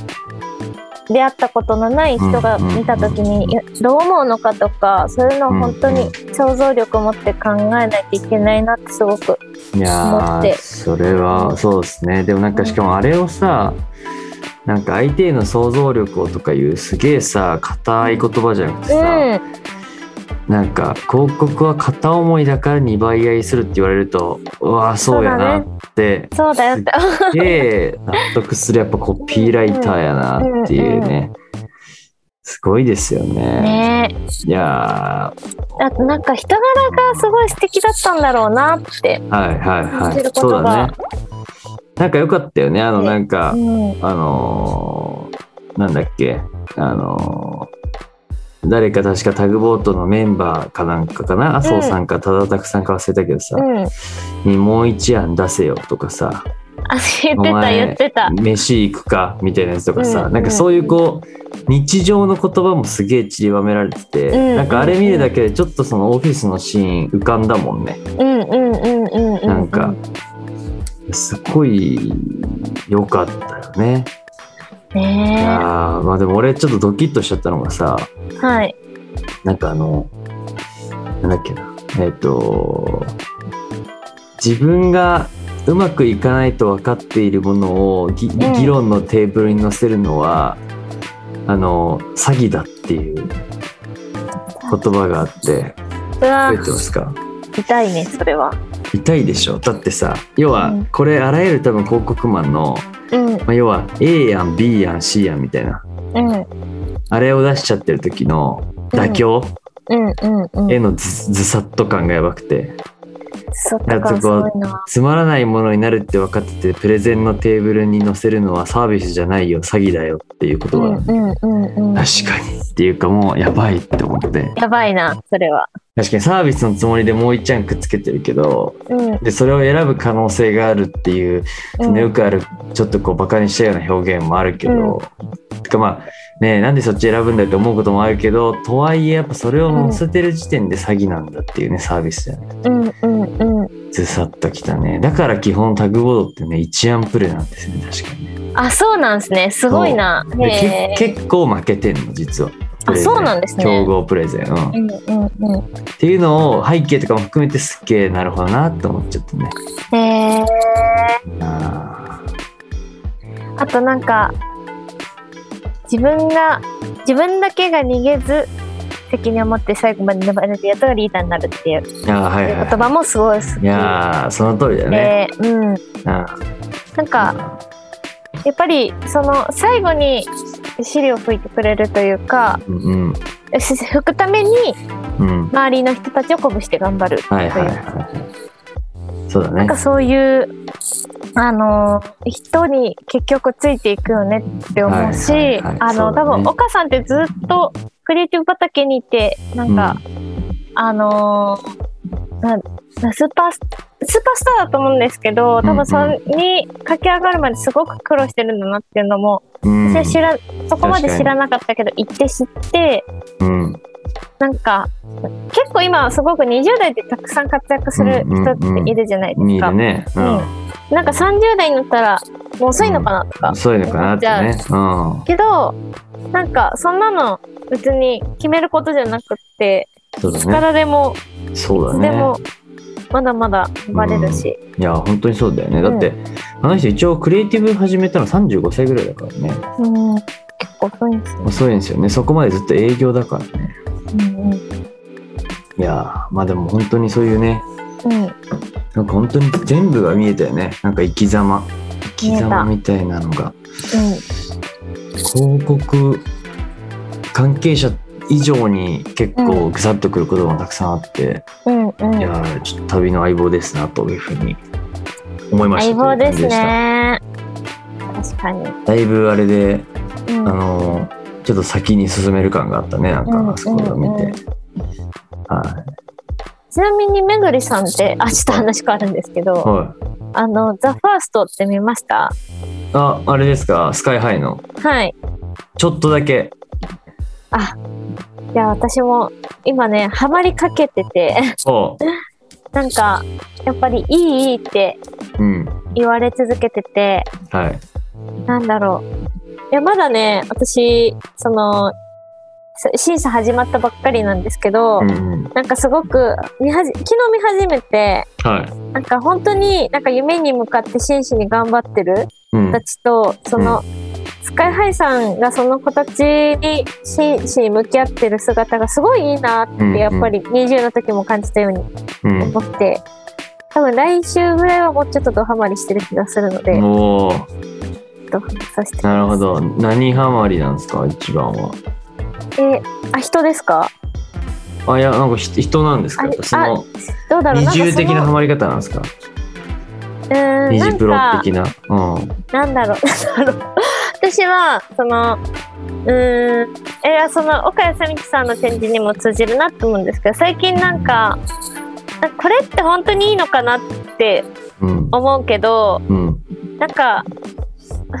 B: 出会ったことのない人が
A: うんうんうん
B: 見た時にいやどう思うのかとかそういうのを本当
A: うん
B: に想像力を持って考えないといけないなってすごく
A: い
B: 思
A: や
B: っ
A: ー、
B: て
A: それは、そうですね。でもなんか、しかもあれをさ、なんか相手への想像力をとかいうすげえさ硬い言葉じゃなくて
B: うん
A: さ、なんか広告は片思いだから2倍合いするって言われるとうわーそうやなって
B: そうだよって
A: で納得するやっぱコピーライターやなっていうね、すごいですよね。
B: [LAUGHS] ね
A: いや
B: あとなんか人柄がすごい素敵だったんだろうなって
A: ーはいはい
B: 感じ
A: は
B: る
A: い。
B: こ
A: そ
B: と
A: うだ
B: が
A: ね。なんか良かったよね。あの、
B: ね
A: なんか
B: う、ん
A: あのーなんだっけ、あのー誰か確かタグボートのメンバーかなんかかな、麻生さんか忠拓さんか忘れたけどさ、
B: うん
A: にもう一案出せよとかさ、
B: あ言っ
A: お
B: てた
A: 前
B: 言ってた
A: 飯行くかみたいなやつとかさ、
B: うん
A: なんかそういうこう日常の言葉もすげえ散りばめられてて、
B: うん
A: なんかあれ見るだけでちょっとそのオフィスのシーン浮かんだもんね
B: うんうんうんうんうん
A: なんかすっごい良かったよね。いや
B: ね
A: ーまあでも俺ちょっとドキッとしちゃったのがさ
B: えはい
A: なんかあのなんだっけなえっ、と自分がうまくいかないと分かっているものをぎ
B: ん
A: 議論のテーブルに載せるのは、あの詐欺だっていう言葉があって
B: うわ
A: 覚えてますか
B: 痛いねそれは
A: 痛いでしょだってさ要は
B: うん
A: これあらゆる多分広告マンの、
B: うん
A: まあ、要は A やん B やん C やんみたいな
B: うん
A: あれを出しちゃってる時の妥協
B: うんうんうん
A: へのずずさっと感がやばくて。
B: そっ
A: いや
B: か
A: そ
B: す
A: こは
B: ごいな
A: つまらないものになるって分かっててプレゼンのテーブルに載せるのはサービスじゃないよ詐欺だよっていうこ
B: う
A: と
B: ん
A: は
B: うんうんう
A: 確
B: ん
A: かにっていうかもうやばいって思って
B: やばいなそれは
A: 確かにサービスのつもりでもう一ちゃんくっつけてるけど
B: うん
A: でそれを選ぶ可能性があるっていうそのよくあるちょっとこうバカにしたような表現もあるけど、てかまあねなんでそっち選ぶんだって思うこともあるけどとはいえやっぱそれを載せてる時点で詐欺なんだっていうねサービスじゃない
B: うんうんうんう
A: ずさっときたねだから基本タグボードってね一案プレーなんですね確かにね
B: んあそうなんですねすごいな
A: で
B: へ
A: け結構負けてんの実は
B: あそうなんですね
A: 強豪プレゼン、うん
B: え
A: っ
B: うんうんう
A: ていうのを背景とかも含めてすっげえなるほどなって思っちゃってね
B: んへえ
A: あ
B: あとなんか自分が自分だけが逃げず責任を持って最後まで粘れるやつがリーダーになるっていう
A: ーあーはい
B: 言
A: はい
B: 葉もすごい好き
A: いやーその通りだね、
B: で、うん、
A: あ
B: なんか
A: ー
B: やっぱりその最後に尻を拭いてくれるというか [LAUGHS]
A: うん
B: し拭くために
A: うんうん
B: 周りの人たちを鼓舞して頑張ると
A: はいいうはいはいそうだ
B: なん
A: ね
B: かそういう、あのー人に結局ついていくよねって思うし、
A: はいはいはい
B: あ
A: そ
B: の、
A: うだ
B: 多
A: ね
B: 分岡さんってずっとクリエイティブ畑にいてなんか、あのーななスーパーススーパースターだと思うんですけど多
A: うんう
B: 分
A: ん
B: それに駆け上がるまですごく苦労してるんだなっていうのも、
A: うん、
B: 私は知らそこま
A: 確
B: で
A: かに
B: 知らなかったけど行って知って
A: うん
B: なんか結構今すごく20代でたくさん活躍する人っているじゃないですか。
A: 見るね、う
B: うん
A: ん
B: なんか30代になったらもう遅いのかなとか、
A: そういうのかなってねうん
B: けどなんかそんなの別に決めることじゃなくって
A: そうだね
B: 力でも
A: そうだね
B: でもまだまだ生まれるし、
A: いや本当にそうだよねだって、あの人一応クリエイティブ始めたの35歳ぐらいだからね
B: うん、結構遅いんですね。
A: 遅いんですよねそこまでずっと営業だからね
B: うんうん
A: いやーまあでも本当にそういうね
B: うん
A: なんか本当に全部が見えたよねなんか生き様生き様みたいなのが広告関係者以上に結構ぐさっとくることもたくさんあって、
B: うんうんう
A: い
B: ん
A: やーちょっと旅の相棒ですなというふうに思いました
B: 相棒です
A: という感
B: ね確かに、
A: じでしただいぶあれで
B: うん、
A: あのーちょっと先に進める感があったねなん
B: うん
A: かあそこを見て、
B: うんうん
A: は
B: ちなみにめぐりさんってあちょっと話変わるんですけ
A: い
B: ど
A: はい
B: 「あのザ・ファーストって見ました
A: ああれですかスカイハイの
B: はい
A: ちょっとだけ
B: いや私も今ねハマりかけてて [LAUGHS]
A: そ
B: なんかやっぱりいいいいって
A: ううん
B: 言われ続けてて
A: はい
B: なんだろういやまだね私そのさ審査始まったばっかりなんですけど、
A: うんうん
B: なんかすごく見はじ昨日見始めて
A: はい
B: なんか本当になんか夢に向かって真摯に頑張ってる
A: うん
B: 子たちとその、スカイハイさんがその子たちに真摯に向き合ってる姿がすごいいいなってやっぱり20の時も感じたように
A: うん
B: 思って、多分来週ぐらいはもうちょっとドハマりしてる気がするので、
A: おー
B: ドハマりさせてください
A: なるほど何ハマりなんですか一番は
B: え、あ、人ですか
A: あいやなんかひ人なんですか
B: あれ
A: その
B: どうだろう
A: 二
B: なんかその
A: 重的なハマり方なんですか
B: うーん
A: 二次プロ
B: なんか
A: 的なうん
B: なんだろう [LAUGHS] なんだろう私はそのうーんえーその岡谷さみきさんの展示にも通じるなって思うんですけど最近なんかなんかこれって本当にいいのかなって
A: うん
B: 思うけど
A: うん
B: なんか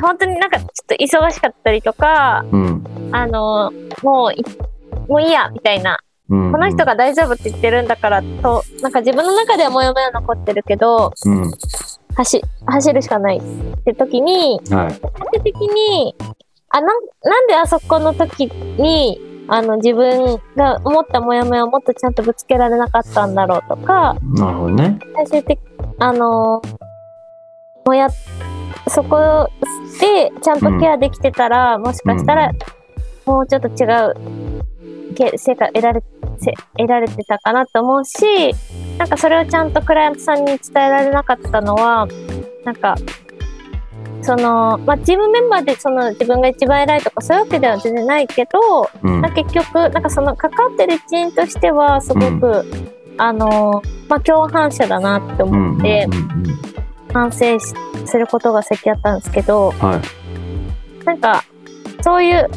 B: 本当になんかちょっと忙しかったりとか
A: うん
B: あのもういもういいやみたいな
A: うん
B: この人が大丈夫って言ってるんだからとなんか自分の中ではモヤモヤ残ってるけど
A: うんは
B: 走走るしかないって時に
A: い
B: 最終的にあなんなんであそこの時にあの自分が思ったモヤモヤをもっとちゃんとぶつけられなかったんだろうとか
A: なるほどね
B: 最終的あのもやそこでちゃんとケアできてたら、もしかしたら、
A: う
B: もうちょっと違うけ成果得られせ得られてたかなと思うしなんかそれをちゃんとクライアントさんに伝えられなかったのはなんかその、まあ、チームメンバーでその自分が一番偉いとかそういうわけでは全然ないけど、
A: うん
B: まあ結局なんかその関わってる一員としてはすごく、あのまあ共犯者だなって
A: うんうん
B: 思
A: うんう
B: っ
A: ん
B: て反省しすることが先だったんですけど
A: はい
B: なんかそういう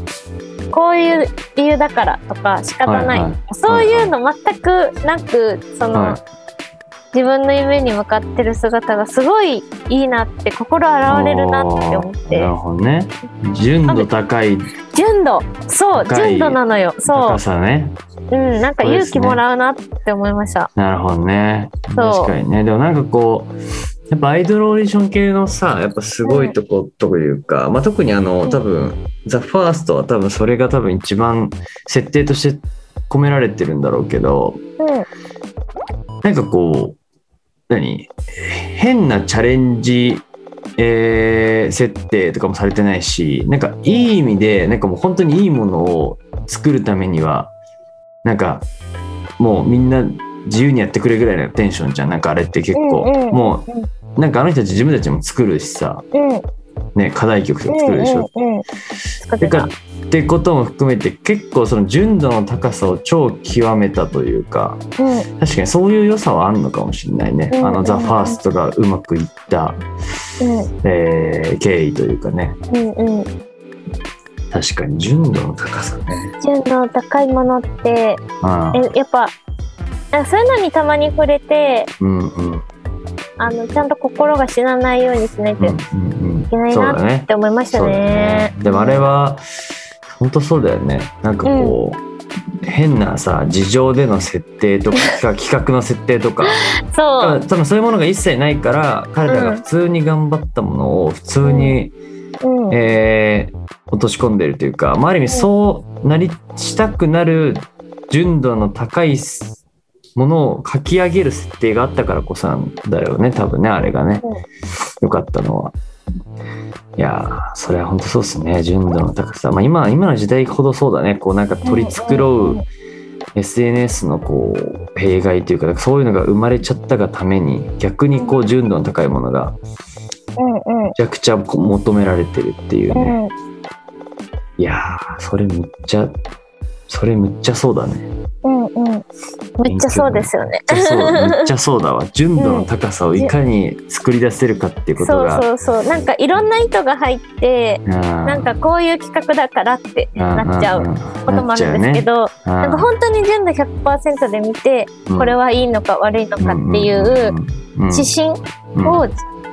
B: こういう理由だからとか仕方ない、
A: はいはい
B: そういうの全くなくその、
A: は
B: 自分の夢に向かってる姿がすごいいいなって心洗われるなって思っ
A: いな
B: て
A: るほどね純度高い
B: 純度そう
A: 高い
B: 純度なのよそ
A: 高さね
B: う、うん、なんか
A: そうで
B: 勇
A: すね
B: 気もらうなって思いました
A: なるほどね
B: そう
A: 確かにねでもなんかこうやっぱアイドルオーディション系のさやっぱすごいとこというか、まあ、特にあ
B: う
A: の
B: ん
A: 多分「ザ・ファーストは多分それが多分一番設定として込められてるんだろうけど
B: う
A: なんかこう何変なチャレンジえー設定とかもされてないしなんかいい意味でなんかもう本当にいいものを作るためにはなんかもうみんな自由にやってくれぐらいのテンションじゃんなんかあれって結構、
B: うんうん
A: もうなんかあの人たち自分たちも作るしさ、
B: んうん
A: ね、課題曲とか作るでしょ、
B: うんうんうん、作って
A: だか
B: た
A: らってことも含めて結構その純度の高さを超極めたというか
B: うん
A: 確かにそういう良さはあるのかもしれないね、
B: うん
A: あ
B: う
A: の「
B: ん
A: ザ・ファーストがうまくいった、
B: う
A: えー経緯というかね
B: んうんうん
A: 確かに純度の高さね
B: 純度高いものって
A: ああ
B: えやっぱなんかそういうのにたまに触れて
A: うんうんうん
B: あのちゃんと心が死なないようにしないと
A: う
B: い
A: んうん
B: けない
A: そう
B: な
A: だね
B: って思いました
A: そうだよ
B: ね。
A: でもあれは本当そうだよねなんかこう、変なさ事情での設定
B: [LAUGHS]
A: とか企画企画の設定とか
B: そう
A: 多分そういうものが一切ないから彼らが普通に頑張ったものを普通に、
B: うん
A: えー落とし込んでるというか、まあ、ある意味そうなりしたくなる純度の高いものを書き上げる設定があったからこそなんだよね多分ねあれがね
B: うん
A: 良かったのは。いやーそれは本当そうですね純度の高さ、まあ、今今の時代ほどそうだねこうなんか取り
B: ん
A: 繕
B: ん
A: う SNS のこう弊害というかなんかそういうのが生まれちゃったがために逆にこう純度の高いものが
B: うんうん
A: めちゃくちゃこう求められてるっていうね。
B: うん
A: いやー、それむっちゃ、それむっちゃそうだね。むっ
B: うんうんめっちゃそうですよね。
A: ちゃそう、むっちゃそうだ
B: [LAUGHS]
A: わ。純度の高さをいかに作り出せるかっていうこと
B: そう
A: が。
B: そうそうなんかいろんな意図が入って
A: な
B: なんかこういう企画だからってなっちゃうこともあるんですけ
A: ど、
B: ど、なんか
A: な
B: 本当に純度100%で見てこれ
A: は
B: はいいのか悪いのかっていう指針を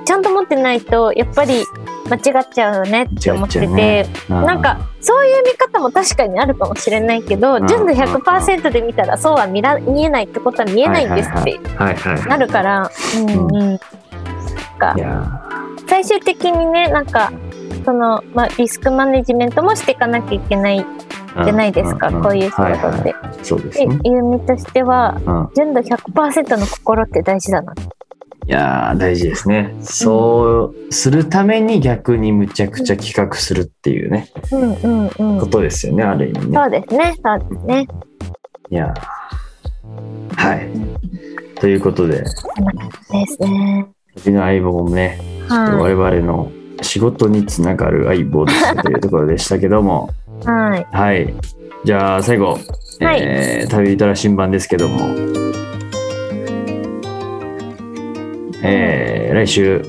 B: ちゃんと持ってないとやっぱり間違っちゃうよねって思って
A: 間
B: て、
A: 違っちゃうね
B: な、
A: なん
B: かそういう見方も確かにあるかもしれないけど
A: うん
B: 純度100%で見たらそうは見ら見えないってことは見えないんです
A: は
B: っ
A: い
B: て
A: はいはい。
B: なるから、うんうんなん
A: い
B: か
A: や
B: 最終的にねなんかその、まあ、リスクマネジメントもしていかなきゃいけない
A: ー
B: じゃないですか、
A: んん
B: こういう仕事
A: は
B: って。
A: ははいそうです
B: で
A: ね。
B: ゆみとしては
A: うん
B: 純度100%の心って大事だな。
A: いやー大事ですね。そうするために逆にむちゃくちゃ企画するっていうね、
B: うんうんうん。
A: ことですよね、ある意味ね。
B: そうですね、そうですね。
A: いやーはい。ということで、
B: ですね。
A: 旅の相棒もね、
B: は
A: 我々の仕事につながる相棒ですというところでしたけども、
B: い。はい。
A: はい。じゃあ最後、
B: はい
A: えー旅人ら新版ですけども、えー来週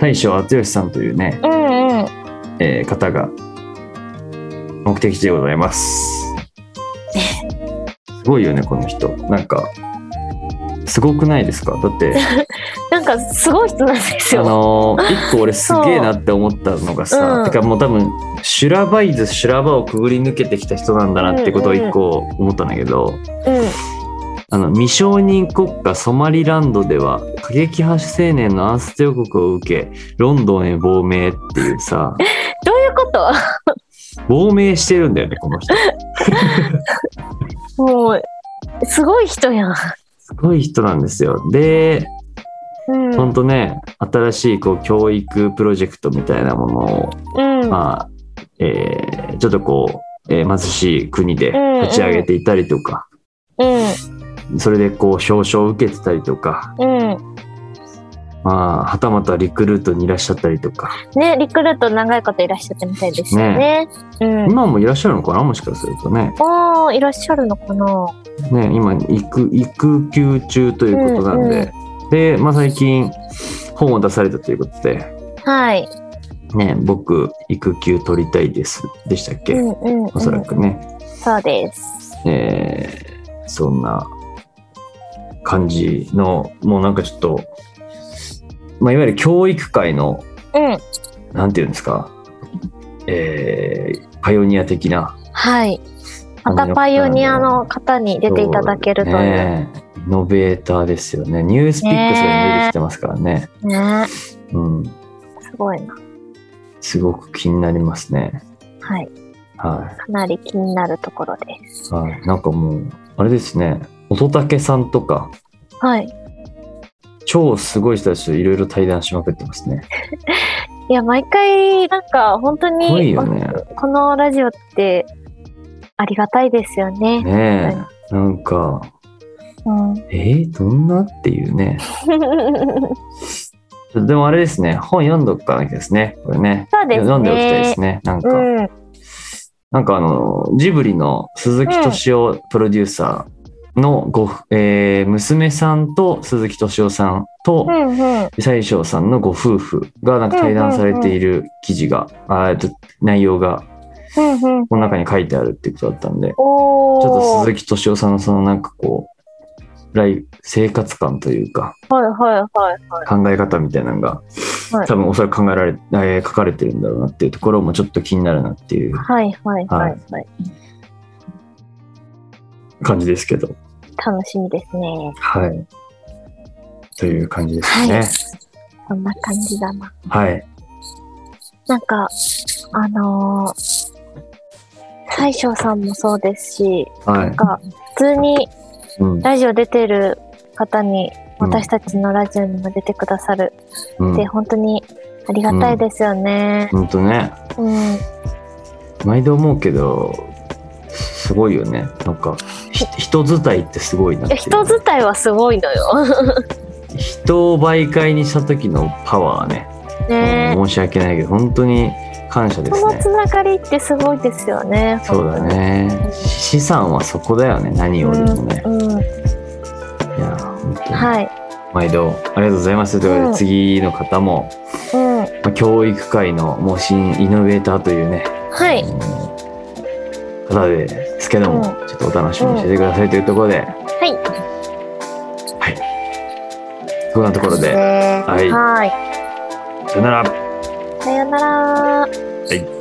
A: 大将厚吉さんというね、
B: うんうん。
A: えー方が目的地でございます。すごいよねこの人なんかすごくないですかだって。
B: なんかすごい人なんです
A: あ
B: よ。
A: のー一個俺すげえなって思ったのがさ、
B: うん
A: てかもう多分修羅場伊豆修羅場をくぐり抜けてきた人なんだなってことを一個思ったんだけど、
B: うん。
A: あの未承認国家ソマリランドでは過激派青年の暗殺予告を受けロンドンへ亡命っていうさ
B: どういうこと
A: 亡命してるんだよねこの人
B: もう、すごい人やん。
A: すごい人なんですよで
B: うん。
A: ほんとね新しいこう教育プロジェクトみたいなものを
B: うん。
A: まあえーちょっとこう、えー貧しい国で
B: うんうん
A: 立ち上げていたりとか、
B: うん。
A: それでこう表彰を受けてたりとか、
B: うん。
A: まあ、はたまたリクルートにいらっしゃったりとか、
B: ね、リクルート長いこといらっしゃったみたいですよね。うん。
A: 今もいらっしゃるのかなもしかするとね
B: おー、いらっしゃるのかな
A: ね今育育休中ということなんで、で、まあ、最近本を出されたということで。
B: はい。
A: ね、僕育休取りたいですでしたっけ、
B: うんうん、うん。
A: おそらくね、
B: そうです。
A: えーそんな感じのもうなんかちょっと、まあ、いわゆる教育界の
B: うん。
A: なんていうんですか、えーパイオニア的な
B: はい。またパイオニアの方に出ていただけるという。ね
A: ねえイノベーターですよね。ニュースピックスが出てきてますからね。うん、
B: すごいな。
A: すごく気になりますね。
B: はい。
A: は
B: かなり気になるところで
A: い。
B: す。
A: はい、なんかもう、あれですね、乙武さんとか、
B: はい。
A: 超すごい人たちといろいろ対談しまくってますね。
B: いや、毎回、なんか、本当
A: すごい
B: に、
A: よね。
B: このラジオって、ありがたいですよね。
A: ねえ、なんか、
B: うん。
A: えー、どんなっていうね。ちょっとでもあれですね、本読んどくかなきゃですね。これね。
B: そうですね
A: 読んでおきたいですね。なんか、
B: うん。
A: なんかあの、ジブリの鈴木敏夫プロデューサーのご夫、えー娘さんと鈴木敏夫さんと
B: うん。うん。
A: 西翔さんのご夫婦がなんか対談されている記事が、あーえっと、内容が
B: うん。うん。
A: この中に書いてあるっていうことだったんで、ち
B: おー。
A: ょっと鈴木敏夫さんのそのなんかこう、ライフ生活感というか
B: はいはいはいはい。
A: 考え方みたいなのが、
B: はい
A: 多分おそらく考えられ、えー書かれてるんだろうなっていうところもちょっと気になるなっていう
B: はいはいはい、はい、
A: 感じですけど。
B: 楽しみですね。
A: はい。という感じですね。
B: そんな感じだな。
A: はい。
B: なんか、あのー、西翔さんもそうですし、
A: はい
B: なん。か、普通に
A: うん。
B: ラジオ出てる方に、
A: うん
B: 私たちのラジオにも出てくださる
A: うん
B: って、本当にありがたいですよね。
A: ほんとね、
B: うん。
A: 毎度思うけど、すごいよね。なんか、ひ人伝いってすごいなっていう
B: 人伝いはすごいのよ。 [LAUGHS]
A: 人を媒介にした時のパワーね。
B: ね
A: うん申し訳ないけど、本当に感謝で
B: そ
A: す
B: の
A: ね
B: つ。ながりってすごいですよね。
A: そうだね。資産はそこだよね。何よ
B: 本
A: り
B: 当
A: も
B: に。
A: ね。
B: うん。うん。
A: いやー、本当に。
B: はい。
A: 毎度、ありがとうございます。ということ
B: うん
A: で、次の方も、
B: うん。
A: まあ教育界の、もう新イノベーターというね、
B: はい。
A: うん方ですけども、
B: う
A: ちょっとお楽しみにしててくださいというところで、
B: はい。
A: そんなところで、
B: は
A: はい
B: い。
A: さよなら
B: さよなら。
A: はい